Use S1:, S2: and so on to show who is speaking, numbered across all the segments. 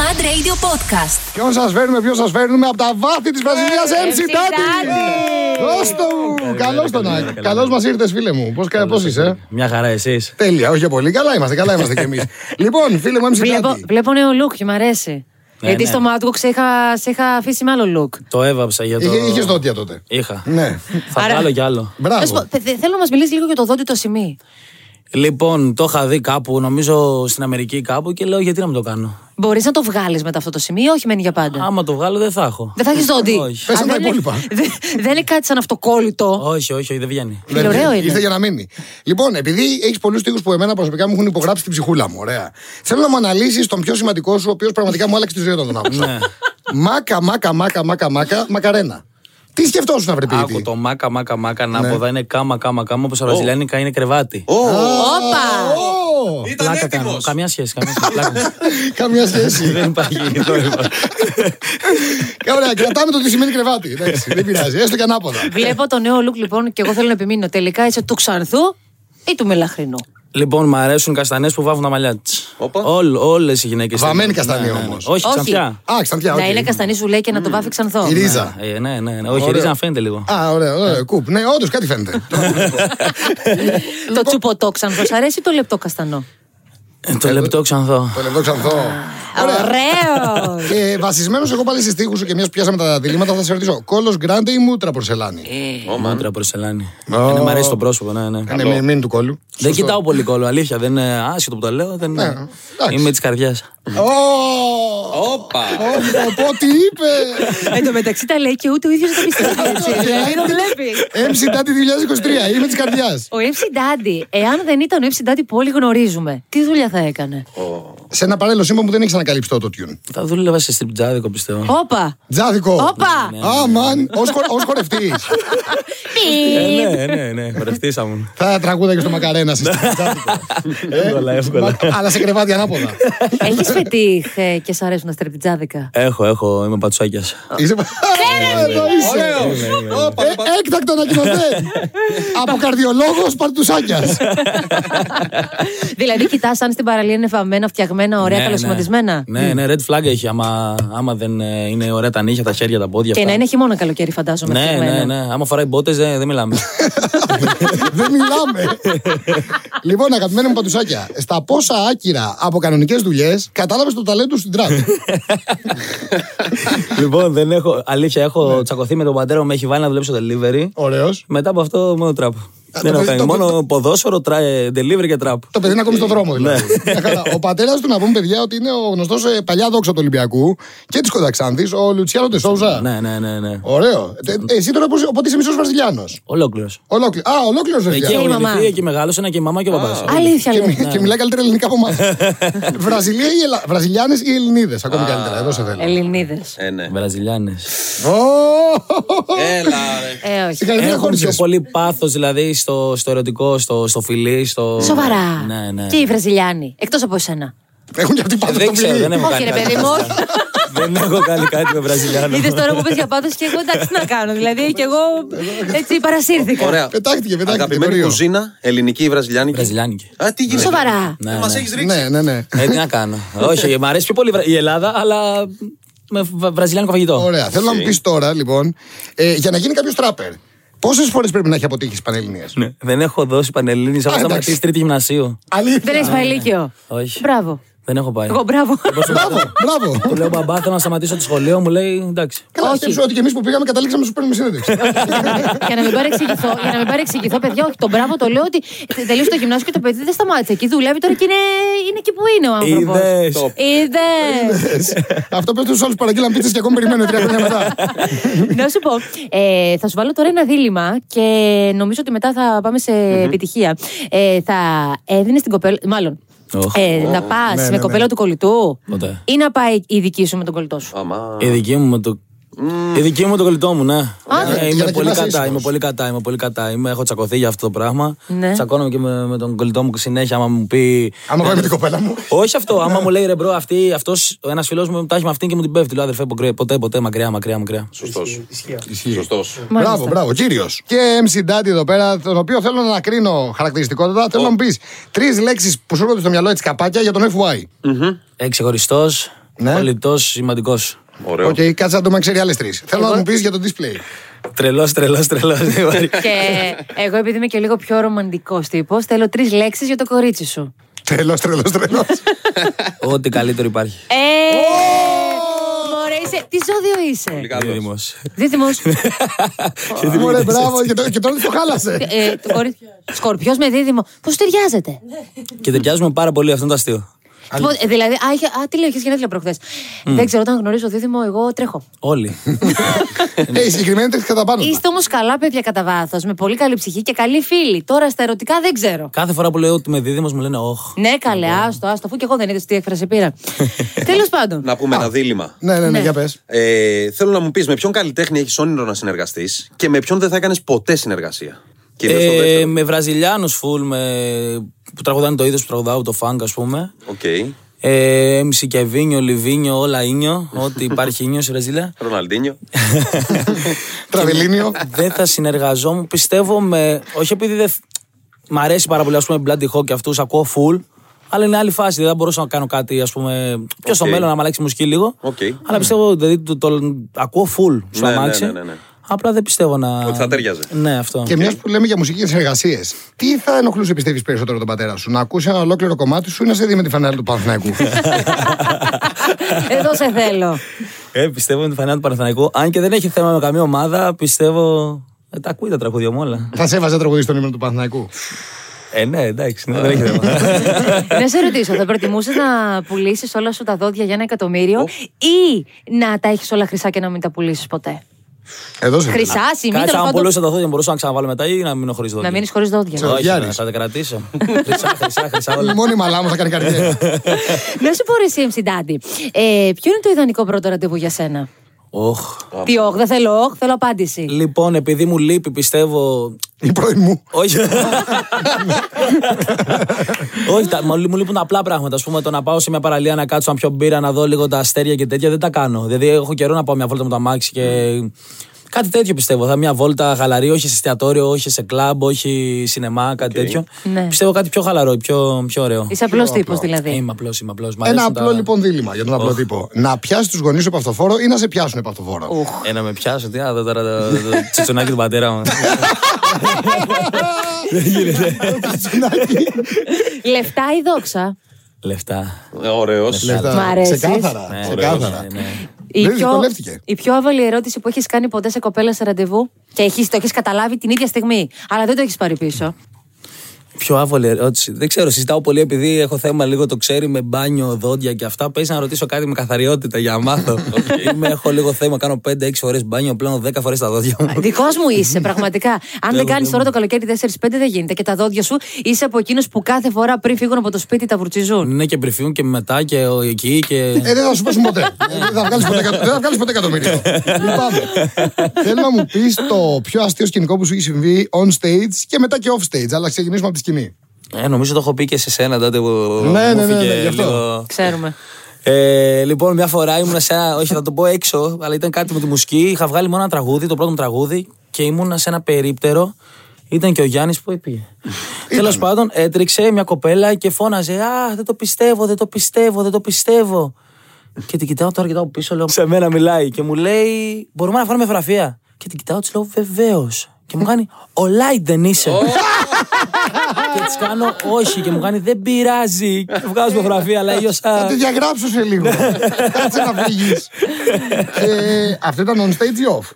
S1: Mad Radio Podcast.
S2: Ποιον σας φέρνουμε, ποιον σας φέρνουμε από τα βάθη της Βραζιλίας,
S3: Ε,
S2: MC
S3: MC
S2: Τάντι!
S3: Τάντι.
S2: Δώσ' το μου! Καλώ τον
S4: καλημέρα,
S2: Άκη.
S4: καλημέρα.
S2: Καλώς μας ήρθες, φίλε μου. Πώς είσαι,
S4: Μια χαρά εσείς.
S2: ε? Τέλεια, όχι πολύ. Καλά είμαστε, καλά είμαστε κι εμείς. λοιπόν, φίλε μου, MC
S3: Βλέπω,
S2: Τάντι.
S3: βλέπω νέο look και μ' αρέσει.
S4: Ναι,
S3: Γιατί
S4: ναι.
S3: στο Madgox σε είχα, σε είχα αφήσει με άλλο look.
S4: Το έβαψα για το.
S2: Είχε νότια τότε.
S4: Είχα.
S3: Ε.
S2: Ναι.
S4: Θα
S3: Άρα-
S4: βγάλω κι άλλο.
S3: Να σου πω,
S2: Μπράβο.
S3: θε- θέλω να μας μιλήσεις λίγο για το δόντι το σημείο.
S4: Λοιπόν, το είχα δει κάπου, νομίζω στην Αμερική κάπου και λέω γιατί να μην το κάνω.
S3: Μπορείς να το βγάλεις μετά αυτό το σημείο, ή όχι μένει για πάντα.
S4: Άμα το βγάλω δεν θα έχω.
S3: Ναι. Δεν θα έχεις δόντι.
S4: Όχι.
S2: Πες σαν τα
S3: Α, δεν είναι-
S2: υπόλοιπα.
S3: δεν- Δεν είναι κάτι σαν αυτοκόλλητο.
S4: όχι, όχι, όχι, δεν βγαίνει.
S3: Φίλε, ωραίο είναι.
S2: Ναι, Ήρθε για να μείνει. Λοιπόν, επειδή έχεις πολλούς τείχου που εμένα προσωπικά μου έχουν υπογράψει την ψυχούλα μου, ωραία. Θέλω να μου αναλύσεις τον πιο σημαντικό σου, ο οποίος πραγματικά μου άλλαξε τη ζωή όταν τον άκουσα.
S4: Ναι.
S2: Μάκα, μάκα, μάκα, μάκα, μάκα, μακαρένα. Τι σκεφτόσουν, βρε
S4: Άκου
S2: ποιητή.
S4: το μάκα, μακα, μάκα, ανάποδα είναι κάμα, κάμα, κάμα, όπως στα βραζιλιάνικα είναι κρεβάτι.
S3: Όπα!
S2: Ω,
S5: Ήταν έτοιμο.
S4: Καμιά σχέση, καμιά σχέση. πλάκα.
S2: Καμιά σχέση.
S4: Δεν υπάρχει. το είπα.
S2: Ωραία, κρατάμε το τι σημαίνει κρεβάτι. Εντάξει, δεν πειράζει. Έστω και ανάποδα.
S3: Βλέπω το νέο look λοιπόν και εγώ θέλω να επιμείνω. Τελικά είσαι του Ξανθού ή του Μελαχρινού.
S4: Λοιπόν, μου αρέσουν οι καστανέ που βάβουν τα μαλλιά τη.
S5: Όπα.
S4: Όλες οι γυναίκες.
S2: Βαμμένη καστανή όμως.
S4: ναι, Όχι, ξανθιά.
S2: Α, ξανθιά.
S3: Να
S2: οκ.
S3: είναι καστανή σου λέει και να το βάφεις ξανθό.
S2: Η ρίζα.
S4: Ε, ναι, ναι, ναι. Όχι,
S2: Ωραίο.
S4: ρίζα να φαίνεται λίγο.
S2: Α, ωραίο, ωραίο. Κουπ. Ναι, όντως κάτι φαίνεται.
S3: Το τσουποτό ξανθό. σ' αρέσει ή το λεπτό καστανό.
S4: Ε, Το λεπτό ξανθό.
S2: Το λεπτό ξανθό.
S3: Ωραίο!
S2: Και βασισμένος εγώ Ε, πάλι στι τείχου σου και μιας που πιάσαμε τα διλήμματα, θα σε ρωτήσω. Κόλος γκράντε ή μούτρα
S3: Ε,
S2: πορσελάνη.
S4: Μούτρα Ε, πορσελάνη. Ναι, μ' αρέσει το πρόσωπο, ναι, ναι.
S2: Ναι, μην, μην του κόλλου.
S4: Δεν κοιτάω πολύ κόλλο, αλήθεια. Δεν είναι άσχετο που το λέω. Δεν...
S2: εντάξει.
S4: Είμαι της καρδιάς.
S2: Ω!
S5: Όπα.
S2: Ω, πω, τι είπε!
S3: Εν τω μεταξύ τα λέει και ούτε ο ίδιος δεν πιστεύει. έτσι. Δηλαδή το βλέπει. Ε.
S2: MC Τάτι 2023, είμαι της καρδιάς.
S3: Ο MC Daddy, εάν δεν ήταν ο MC Daddy που όλοι γνωρίζουμε, τι δουλειά θα έκανε.
S2: Σε ένα παρέλο σήμα που δεν έχει ανακαλύψει το tune.
S4: Θα δούλευα σε στριπτζάδικο, πιστεύω.
S3: Όπα!
S2: Τζάδικο.
S3: Όπα!
S2: Αμαν, ω χορευτής.
S4: Ε, ναι, ναι, ναι. Χορευτήσαμουν.
S2: Θα τραγούδα και στο μακαρένα σε στριπτζάδικο.
S3: Ε,
S4: Εύκολα, εύκολα.
S2: Μα- Αλλά σε κρεβάτι ανάποδα.
S3: Έχεις φετίχ ε, και σ' αρέσουν τα στρεπτιτζάδικα.
S4: Έχω, έχω, είμαι πατσουάκια.
S2: Είσαι. Εδώ είσαι.
S5: Ωραίος. Όπα,
S2: Ε, Έκτακτο ανακοινωτέν. Από καρδιολόγο Παρτουσάκιας.
S3: δηλαδή, κοιτάς αν στην παραλία είναι φαμμένα, φτιαγμένα, ωραία,
S4: Ναι,
S3: καλοσημαντισμένα.
S4: Ναι, ναι, red flag έχει. Άμα, άμα δεν ε, είναι ωραία τα νύχια, τα χέρια, τα πόδια.
S3: Και να
S4: αυτά.
S3: είναι χειμώνα καλοκαίρι, φαντάζομαι.
S4: Ναι, ναι,
S3: φτιαγμένα.
S4: ναι. Άμα φοράει μπότες, δεν δεν μιλάμε.
S2: Δεν μιλάμε. Λοιπόν, αγαπημένα μου Παρτουσάκια, στα πόσα άκυρα από κανονικές δουλειές κατάλαβες το ταλέντο στην τραπ.
S4: λοιπόν, δεν έχω. Αλήθεια, έχω τσακωθεί με τον πατέρα μου, με έχει βάλει να δουλέψω delivery.
S2: Ωραίος.
S4: Μετά από αυτό, μόνο τραπ. Δεν
S2: το
S4: έχω
S2: παιδί-
S4: κάνει.
S2: το-
S4: Μόνο ποδόσφαιρο, τρα- ε, delivery και τραπ.
S2: Το παιδί είναι ακόμη στον δρόμο, δηλαδή. Μια χαρά. ο πατέρας του, να πούμε, παιδιά, ότι είναι ο γνωστός παλιά δόξα του Ολυμπιακού και της Κονταξάνθη, ο Λουτσιάνο Τεσόουζα.
S4: Ναι, ναι, ναι. ναι.
S2: Ωραίο. Ε, Εσύ τώρα πώς- οπότε είσαι μισός Βραζιλιάνος.
S4: Ολόκληρος.
S2: Ολόκληρο. Α, ολόκληρος
S4: Εκεί
S2: Βραζιλιάνο.
S3: η
S4: έχω
S3: μαμά.
S4: γεννηθεί, εκεί μεγάλωσα και η μαμά και ο παπάς.
S3: Αλήθεια,
S2: Και,
S3: λέει.
S2: μι- και μιλάει καλύτερα ελληνικά από εμάς. Βραζιλία ή Ελλα... Βραζιλιάνες ή Ελληνίδες, ακόμη καλύτερα. Εδώ σε θέλω.
S3: Ελληνίδες.
S5: Ε, ναι.
S4: Βραζιλιάνες.
S2: Ω!
S5: Έλα, ρε.
S3: Ε, όχι.
S2: Συγχαρητήρια
S4: Έχουν πιο
S2: χώρισες.
S4: πολύ πάθος δηλαδή στο, στο ερωτικό, στο, στο φιλί. Στο...
S3: Σοβαρά.
S4: Ναι, ναι.
S3: Και οι Βραζιλιάνοι. Εκτός από εσένα.
S2: Έχουν και αυτοί πάθος
S4: Δεν
S2: στο
S4: ξέρω, δεν
S2: φιλί.
S4: έχω
S3: Όχι,
S4: κάνει
S3: ρε,
S4: κάτι.
S3: παιδί μου, όχι.
S4: Δεν έχω κάνει κάτι με Βραζιλιάνο.
S3: Είδες τώρα που πες για πάθο και εγώ εντάξει να κάνω. Δηλαδή και εγώ έτσι παρασύρθηκα.
S5: Ωραία.
S2: Πετάχτηκε, πετάχτηκε,
S5: Αγαπημένη
S2: ωραίο.
S5: κουζίνα, ελληνική ή βραζιλιάνικη.
S4: Βραζιλιάνικη.
S5: Α, τι γίνεται.
S3: Σοβαρά.
S4: Ναι,
S5: Δεν
S4: ναι.
S5: μα έχεις ρίξει.
S2: Ναι, ναι, ναι.
S4: Ε, τι να κάνω. Όχι, μου αρέσει πιο πολύ η Βρα- η Ελλάδα, αλλά με βα- βραζιλιάνικο φαγητό.
S2: Ωραία. Θέλω να μου πεις τώρα, λοιπόν, ε, για να γίνει κάποιος τράπερ, πόσες φορές πρέπει να έχει αποτύχει πανελληνίας.
S4: Ναι. Δεν έχω δώσει πανελλήνη. Έχω
S2: Α, εντάξει.
S4: σταματήσει τρίτη γυμνασίου.
S3: Δεν
S2: Αλήθεια.
S3: έχει πάει λύκειο.
S4: ναι. Όχι.
S3: Μπράβο.
S4: Δεν έχω πάει.
S3: Εγώ μπράβο.
S2: Μπράβο, μπράβο.
S4: Του λέω μπαμπά, θέλω να σταματήσω το σχολείο, μου λέει εντάξει.
S2: Καλά, σκέψου ότι και εμείς που πήγαμε καταλήξαμε σου παίρνουμε συνέντευξη.
S3: για να μην παρεξηγηθώ, για να μην παρεξηγηθώ, παιδιά, όχι, τον μπράβο το λέω ότι τελείωσε το γυμνάσιο και το παιδί δεν σταμάτησε. Εκεί δουλεύει τώρα και είναι, είναι εκεί που είναι ο άνθρωπος.
S4: Είδες.
S3: Είδε.
S2: Αυτό πες τους όλου παραγγείλαν πίτσες και ακόμη περιμένουν τρία χρόνια μετά.
S3: να σου πω, ε, θα σου βάλω τώρα ένα δίλημα και νομίζω ότι μετά θα πάμε σε επιτυχία. Ε, θα έδινες την κοπέλα. Μάλλον.
S4: Οχ.
S3: ε, να πα με κοπέλα του κολλητού
S4: Ναι, Ποτέ.
S3: ή να πάει η δική σου με τον κολλητό σου.
S5: Αμά.
S4: Η δική μου με το. Η δική μου με το κολλητό μου, ναι. ναι,
S2: για να
S4: είμαι, πολύ
S2: κοιμάσαι
S4: κατά,
S2: ήσυχος.
S4: είμαι πολύ κατά, είμαι πολύ κατά. Είμαι, έχω τσακωθεί για αυτό το πράγμα.
S3: Ναι.
S4: Τσακώνομαι και με, με τον κολλητό μου συνέχεια. Άμα μου πει.
S2: Άμα πάει με την κοπέλα μου.
S4: Όχι αυτό. Άμα
S2: Ναι.
S4: μου λέει ρε μπρο, αυτή, αυτός, ένας φιλό μου τα έχει με αυτήν και μου την πέφτει. Λέω αδερφέ, ποτέ, ποτέ, ποτέ μακριά, μακριά, μακριά.
S5: Σωστό. Σωστό.
S2: Ναι.
S3: Μάλιστα.
S2: Μπράβο, μπράβο, κύριος. Και MC Daddy εδώ πέρα, τον οποίο θέλω να κρίνω χαρακτηριστικότητα. Θέλω να μου πεις τρεις λέξεις που σου έρχονται στο μυαλό έτσι καπάκια για τον FY.
S4: Εξεχωριστό,
S2: Ναι.
S4: Πολιτό σημαντικός.
S5: Ωραίο.
S2: Οκ, κάτσε να το ξέρει άλλε τρεις. Θέλω να μου πεις για το display.
S4: Τρελός, τρελός, τρελός.
S3: και εγώ, επειδή είμαι και λίγο πιο ρομαντικός τύπος, θέλω τρεις λέξεις για το κορίτσι σου.
S2: Τρελός, τρελός, τρελός.
S4: Ό,τι καλύτερο υπάρχει.
S3: Ε! Μωρέ, είσαι. Τι ζώδιο είσαι.
S5: Καλός.
S4: Δίδυμος.
S3: Δίδυμος.
S2: Μωρέ, μπράβο, και το- και τώρα το χάλασε.
S3: ε, Σκορπιός με δίδυμο. Πώς ταιριάζεται.
S4: Και ταιριάζουμε πάρα πολύ, αυτό είναι το αστείο.
S3: Τίποτα- ε, Δηλαδή, α, είχε- α, τι λέω, είχε γενέθλια προχθέ. Δεν ξέρω, όταν γνωρίζω δίδυμο, εγώ τρέχω.
S4: Όλοι.
S2: Ε, η συγκεκριμένη τρέχει κατά πάνω.
S3: Είστε όμως καλά παιδιά κατά βάθος, με πολύ καλή ψυχή και καλή φίλη. Τώρα στα ερωτικά δεν ξέρω.
S4: Κάθε φορά που λέω ότι είμαι δίδυμος, μου λένε Ωχ.
S3: Ναι, καλέ, άστο, άστο, αφού και εγώ δεν είδες τι έκφραση πήρα. Τέλος πάντων.
S5: Να πούμε ένα δίλημα.
S2: Ναι, ναι, ναι, για πες.
S5: Ε, θέλω να μου πεις με ποιον καλλιτέχνη έχεις όνειρο να συνεργαστείς και με ποιον δεν θα έκανες ποτέ συνεργασία. Κυρίω το
S4: Ε,
S5: δεύτερο.
S4: με Βραζιλιάνους φουλ, με... που τραγουδάνε το είδος που τραγουδάω, το φάγκ, ας πούμε.
S5: Οκ.
S4: Ε, MC Κεβίνιο, Λιβίνιο, όλα ίνιο. Ό,τι υπάρχει ίνιο στη Βραζιλία.
S5: Ροναλντίνιο.
S2: Τραβελίνιο.
S4: δεν θα συνεργαζόμουν, πιστεύω με. Όχι επειδή δεν. θ- Μ' αρέσει πάρα πολύ, ας πούμε, Bloody Hawk και αυτούς, ακούω full. Αλλά είναι άλλη φάση, δεν θα μπορούσα να κάνω κάτι, ας πούμε. Πιο στο
S5: Οκ.
S4: μέλλον, να μ' αλλάξει η μουσική λίγο.
S5: Οκ.
S4: Αλλά πιστεύω, δηλαδή, το, το- ακούω full στο
S5: Ναι, ναι,
S4: αμάξι.
S5: ναι, ναι, ναι.
S4: Απλά δεν πιστεύω να.
S5: Ότι θα ταιριάζει.
S4: Ναι, αυτό.
S2: Και μιας που λέμε για μουσική και συνεργασίε, τι θα ενοχλούσε, πιστεύεις περισσότερο τον πατέρα σου, να ακούσει ένα ολόκληρο κομμάτι σου ή να σε δει με τη φανέλα του Παναθηναϊκού.
S3: Εδώ σε θέλω.
S4: Ε, πιστεύω είναι φανιά του Παναθηναϊκού. Αν και δεν έχει θέμα με καμία ομάδα, πιστεύω. Ε, τα ακούει τα τραγούδια μου όλα.
S2: θα σε έβαζε τραγουδί στον ύμνο του Παναθηναϊκού.
S4: Ε, ναι, εντάξει, ναι, δεν έχει θέμα.
S3: να σε ρωτήσω, θα προτιμούσες να πουλήσεις όλα σου τα δόντια για ένα εκατομμύριο ή να τα έχεις όλα χρυσά και να μην τα πουλήσεις ποτέ.
S2: Εδώ σε θέλω.
S3: Χρυσά, σημεία,
S4: Κάτσε,
S3: τέλος
S4: αν
S3: πάντων.
S4: πουλούσα τα δόντια, μπορούσα να ξαναβάλω μετά ή να μείνω χωρίς δόντια.
S3: Να μείνεις χωρίς δόντια.
S4: Όχι,
S2: Γιάννης.
S4: ναι, θα τα κρατήσω. χρυσά, χρυσά, χρυσά όλα.
S2: Μόνη μαλά μου θα κάνει καρδιά.
S3: να σου πω ρε εσύ, MC Daddy. Ε, ποιο είναι το ιδανικό πρώτο ραντεβού για σένα.
S4: Οχ.
S3: Τι όχι, δεν θέλω, όχι, θέλω απάντηση.
S4: Λοιπόν, επειδή μου λείπει, πιστεύω.
S2: Η πρώη μου.
S4: Όχι. Όχι, τα, μου, λείπουν- μου λείπουν απλά πράγματα. Ας πούμε, το να πάω σε μια παραλία να κάτσω να πιω μπύρα, να δω λίγο τα αστέρια και τέτοια δεν τα κάνω. Δηλαδή, έχω καιρό να πάω μια βόλτα με το αμάξι και. Κάτι τέτοιο πιστεύω. Θα μια βόλτα χαλαρή, όχι σε εστιατόριο, όχι σε κλαμπ, όχι σινεμά, κάτι τέτοιο.
S3: Ναι.
S4: Πιστεύω κάτι πιο χαλαρό, πιο, πιο ωραίο.
S3: Είσαι απλός τύπο δηλαδή.
S4: Είμαι απλός, είμαι απλός.
S2: Ένα απλό λοιπόν δίλημα για τον απλό τύπο. Να πιάσει τους γονείς σου από αυτό φόρο ή να σε πιάσουν από αυτό φόρο.
S4: Ένα Ε, με πιάσω, τι άλλο τώρα το, το, το τσιτσουνάκι του πατέρα μου.
S3: Λεφτά ή δόξα.
S4: Λεφτά. Ε,
S5: Ωραίος.
S2: Λεφτά.
S3: Μ' αρέσεις.
S2: Ξεκάθαρα. Ξεκάθαρα.
S4: Ναι.
S3: Η
S2: Δεν
S3: πιο,
S2: δυσκολεύτηκε.
S3: η πιο άβαλη ερώτηση που έχεις κάνει ποτέ σε κοπέλα σε ραντεβού και έχεις, το έχεις καταλάβει την ίδια στιγμή, αλλά δεν το έχεις πάρει πίσω.
S4: Πιο άβολη ερώτηση. Δεν ξέρω, συζητάω πολύ επειδή έχω θέμα λίγο το ξέρει με μπάνιο, δόντια και αυτά. Πες να ρωτήσω κάτι με καθαριότητα για να μάθω. Είμαι, έχω λίγο θέμα, κάνω 5-6 φορές μπάνιο, πλέον 10 φορές τα δόντια μου.
S3: Δικός μου είσαι, πραγματικά. Αν δεν κάνεις τώρα το καλοκαίρι 4-5, δεν γίνεται. Και τα δόντια σου είσαι από εκείνους που κάθε φορά πριν φύγουν από το σπίτι τα βουρτσιζούν.
S4: Ναι, και πριν και μετά και ο- εκεί και.
S2: Ε, δεν θα σου πέσουν ποτέ. Ε, δεν θα βγάλεις ποτέ, εκατο- δεν θα βγάλεις ποτέ εκατομμύριο. Λυπάμαι. Θέλω να μου πεις το πιο αστείο σκηνικό που σου έχει συμβεί on stage και μετά και off stage, αλλά ξεκινήσουμε από τη σκηνή.
S4: Ε, νομίζω το έχω πει και σε σένα τότε που.
S2: Ναι,
S4: μου
S2: ναι, ναι, ναι,
S4: φύγε
S2: γι' αυτό.
S4: λίγο.
S3: Ξέρουμε.
S4: Ε, λοιπόν, μια φορά ήμουν σε ένα. όχι, θα το πω έξω, αλλά ήταν κάτι με τη μουσική. Είχα βγάλει μόνο ένα τραγούδι, το πρώτο μου τραγούδι, και ήμουνα σε ένα περίπτερο. Ήταν και ο Γιάννης που έπηγε. Τέλος πάντων, έτριξε μια κοπέλα και φώναζε Α, δεν το πιστεύω, δεν το πιστεύω, δεν το πιστεύω. και την κοιτάω τώρα, κοιτάω πίσω, λέω Σε μένα μιλάει. Και μου λέει Μπορούμε να φέρουμε φωτογραφία. Και την κοιτάω, της λέω Βεβαίως. Και μου κάνει Ο Λάιντ δεν είσαι. και τη κάνω Όχι. Και μου κάνει Δεν πειράζει. Και βγάζουμε φωτογραφία, αλλά
S2: Θα τη
S4: ήλιοσα.
S2: διαγράψω σε λίγο. Κάτσε να φύγεις. Αυτό ήταν on stage ή off.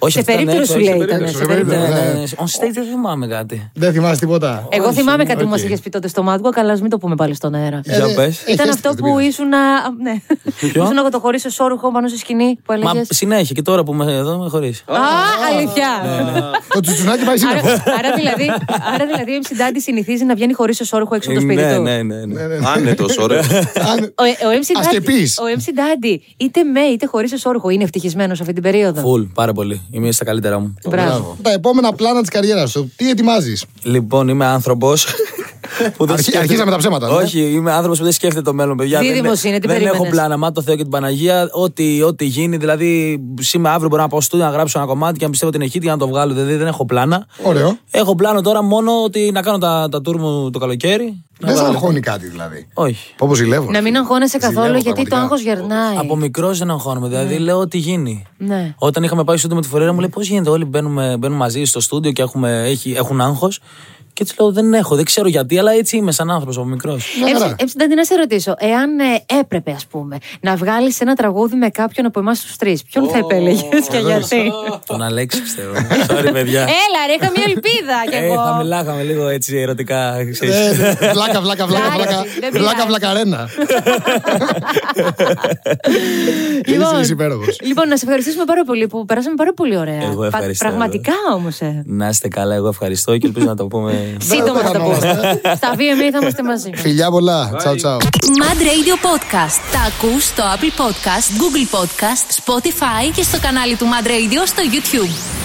S4: Όχι,
S3: Σε
S4: αυτό ήταν
S3: περίπτερο
S4: έξω,
S3: σου
S4: όχι, σε περίπτερο.
S3: λέει ήταν.
S2: σε
S3: σε
S2: περίπτερο.
S3: περίπτερο.
S4: Ναι,
S2: Ναι.
S4: ναι, ναι. On stage δεν θυμάμαι κάτι.
S2: Δεν θυμάσαι τίποτα.
S3: Εγώ θυμάμαι κάτι που μας
S2: Οκ.
S3: είχες πει τότε στο Mad Walk, αλλά ας μην το πούμε πάλι στον αέρα.
S2: Ε,
S4: Για πες.
S2: ε,
S3: Ήταν
S2: έχεις
S3: αυτό
S2: την
S3: που
S2: πείρα.
S3: ήσουν. α, Ναι. Ήσουν εγώ το χωρί σόρουχο πάνω στη σκηνή που
S4: Μα
S3: έλεγες.
S4: συνέχεια και τώρα που είμαι εδώ με χωρί.
S3: Α, αλήθεια!
S2: ε, Το τσουτσουνάκι πάει σύννεφο.
S3: Άρα, άρα δηλαδή, άρα δηλαδή η MC Daddy συνηθίζει να βγαίνει χωρίς εσόρουχο έξω από το σπίτι
S4: Ναι,
S3: του.
S4: ναι, ναι. ναι.
S5: Άνετο, ωραίο.
S2: Αν-
S3: Ο, ε, ο, MC Daddy,
S2: Ασκεπής.
S3: ο MC Daddy, είτε με είτε χωρίς εσόρουχο, είναι ευτυχισμένος αυτή την περίοδο.
S4: Φουλ, πάρα πολύ. Είμαι στα καλύτερα μου.
S3: Μπράβο.
S2: Τα επόμενα πλάνα της καριέρας σου. Τι ετοιμάζεις.
S4: Λοιπόν, είμαι άνθρωπος. που δεν
S2: Αρχι-
S4: σκέφτεται-
S2: αρχίσαμε τα ψέματα, ναι.
S4: Όχι, είμαι άνθρωπος που δεν σκέφτεται το μέλλον, παιδιά. Δεν-
S3: Δίδυμος είναι, τι
S4: Δεν
S3: περίμενες.
S4: έχω πλάνα. Μα το Θεό και την Παναγία. Ό,τι, ό,τι γίνει. Δηλαδή, σήμερα αύριο μπορώ να πάω στούντιο να γράψω ένα κομμάτι και να πιστεύω την ηχή για να το βγάλω. Δηλαδή, δεν έχω πλάνα.
S2: Ωραίο.
S4: Έχω πλάνο τώρα μόνο ότι να κάνω τα, τα tour μου το καλοκαίρι.
S2: Δεν σε αγχώνει κάτι δηλαδή.
S4: Όχι.
S2: Πώ ζηλεύω.
S3: Να μην αγχώνεσαι
S2: Ζηλεύω
S3: καθόλου γιατί το
S2: πραγματικά.
S3: άγχο γερνάει.
S4: Από μικρός δεν αγχώνομαι. Δηλαδή λέω ότι γίνει.
S3: Ε. Ναι.
S4: Όταν είχαμε πάει στο με τη φορέρα μου, λέει πώς γίνεται. Όλοι μπαίνουμε, μπαίνουν μαζί στο στούντιο και έχουμε, έχει, έχουν άγχος. Και τη λέω δεν έχω, δεν ξέρω γιατί, αλλά έτσι είμαι σαν άνθρωπος από μικρό.
S2: Μια χαρά.
S3: Έψη- Έψη, να σε ρωτήσω, εάν ε, έπρεπε, ας πούμε, να βγάλεις ένα τραγούδι με κάποιον από εμάς τους τρεις, ποιον θα επέλεγες και γιατί.
S4: Τον Αλέξη πιστεύω. Sorry, παιδιά.
S3: Έλα, ρε, είχα μια ελπίδα κι
S4: Ε, θα
S3: εγώ. Ναι,
S4: μιλάγαμε λίγο έτσι ερωτικά. ξέρεις.
S2: Ε, Βλάκα, βλάκα, βλάκα,
S3: Εντάξει,
S2: βλάκα.
S3: δεν πειράζει.
S2: Βλάκα, βλακαρένα.
S3: Λοιπόν,
S2: Είσαι υπέροχος.
S3: λοιπόν, να σε ευχαριστήσουμε πάρα πολύ που περάσαμε πάρα πολύ ωραία.
S4: Εγώ
S3: Πα-
S4: ευχαριστώ,
S3: Πραγματικά όμως. Ε.
S4: Να είστε καλά, εγώ ευχαριστώ και ελπίζω να το πούμε.
S3: Σύντομα
S2: δεν
S3: θα τα πούμε. Στα VMA θα είμαστε μαζί.
S2: Φιλιά πολλά. Τσαου, τσαου.
S1: Mad Radio Podcast. Τα ακούς στο Apple Podcast, Google Podcast, Spotify και στο κανάλι του Mad Radio στο YouTube.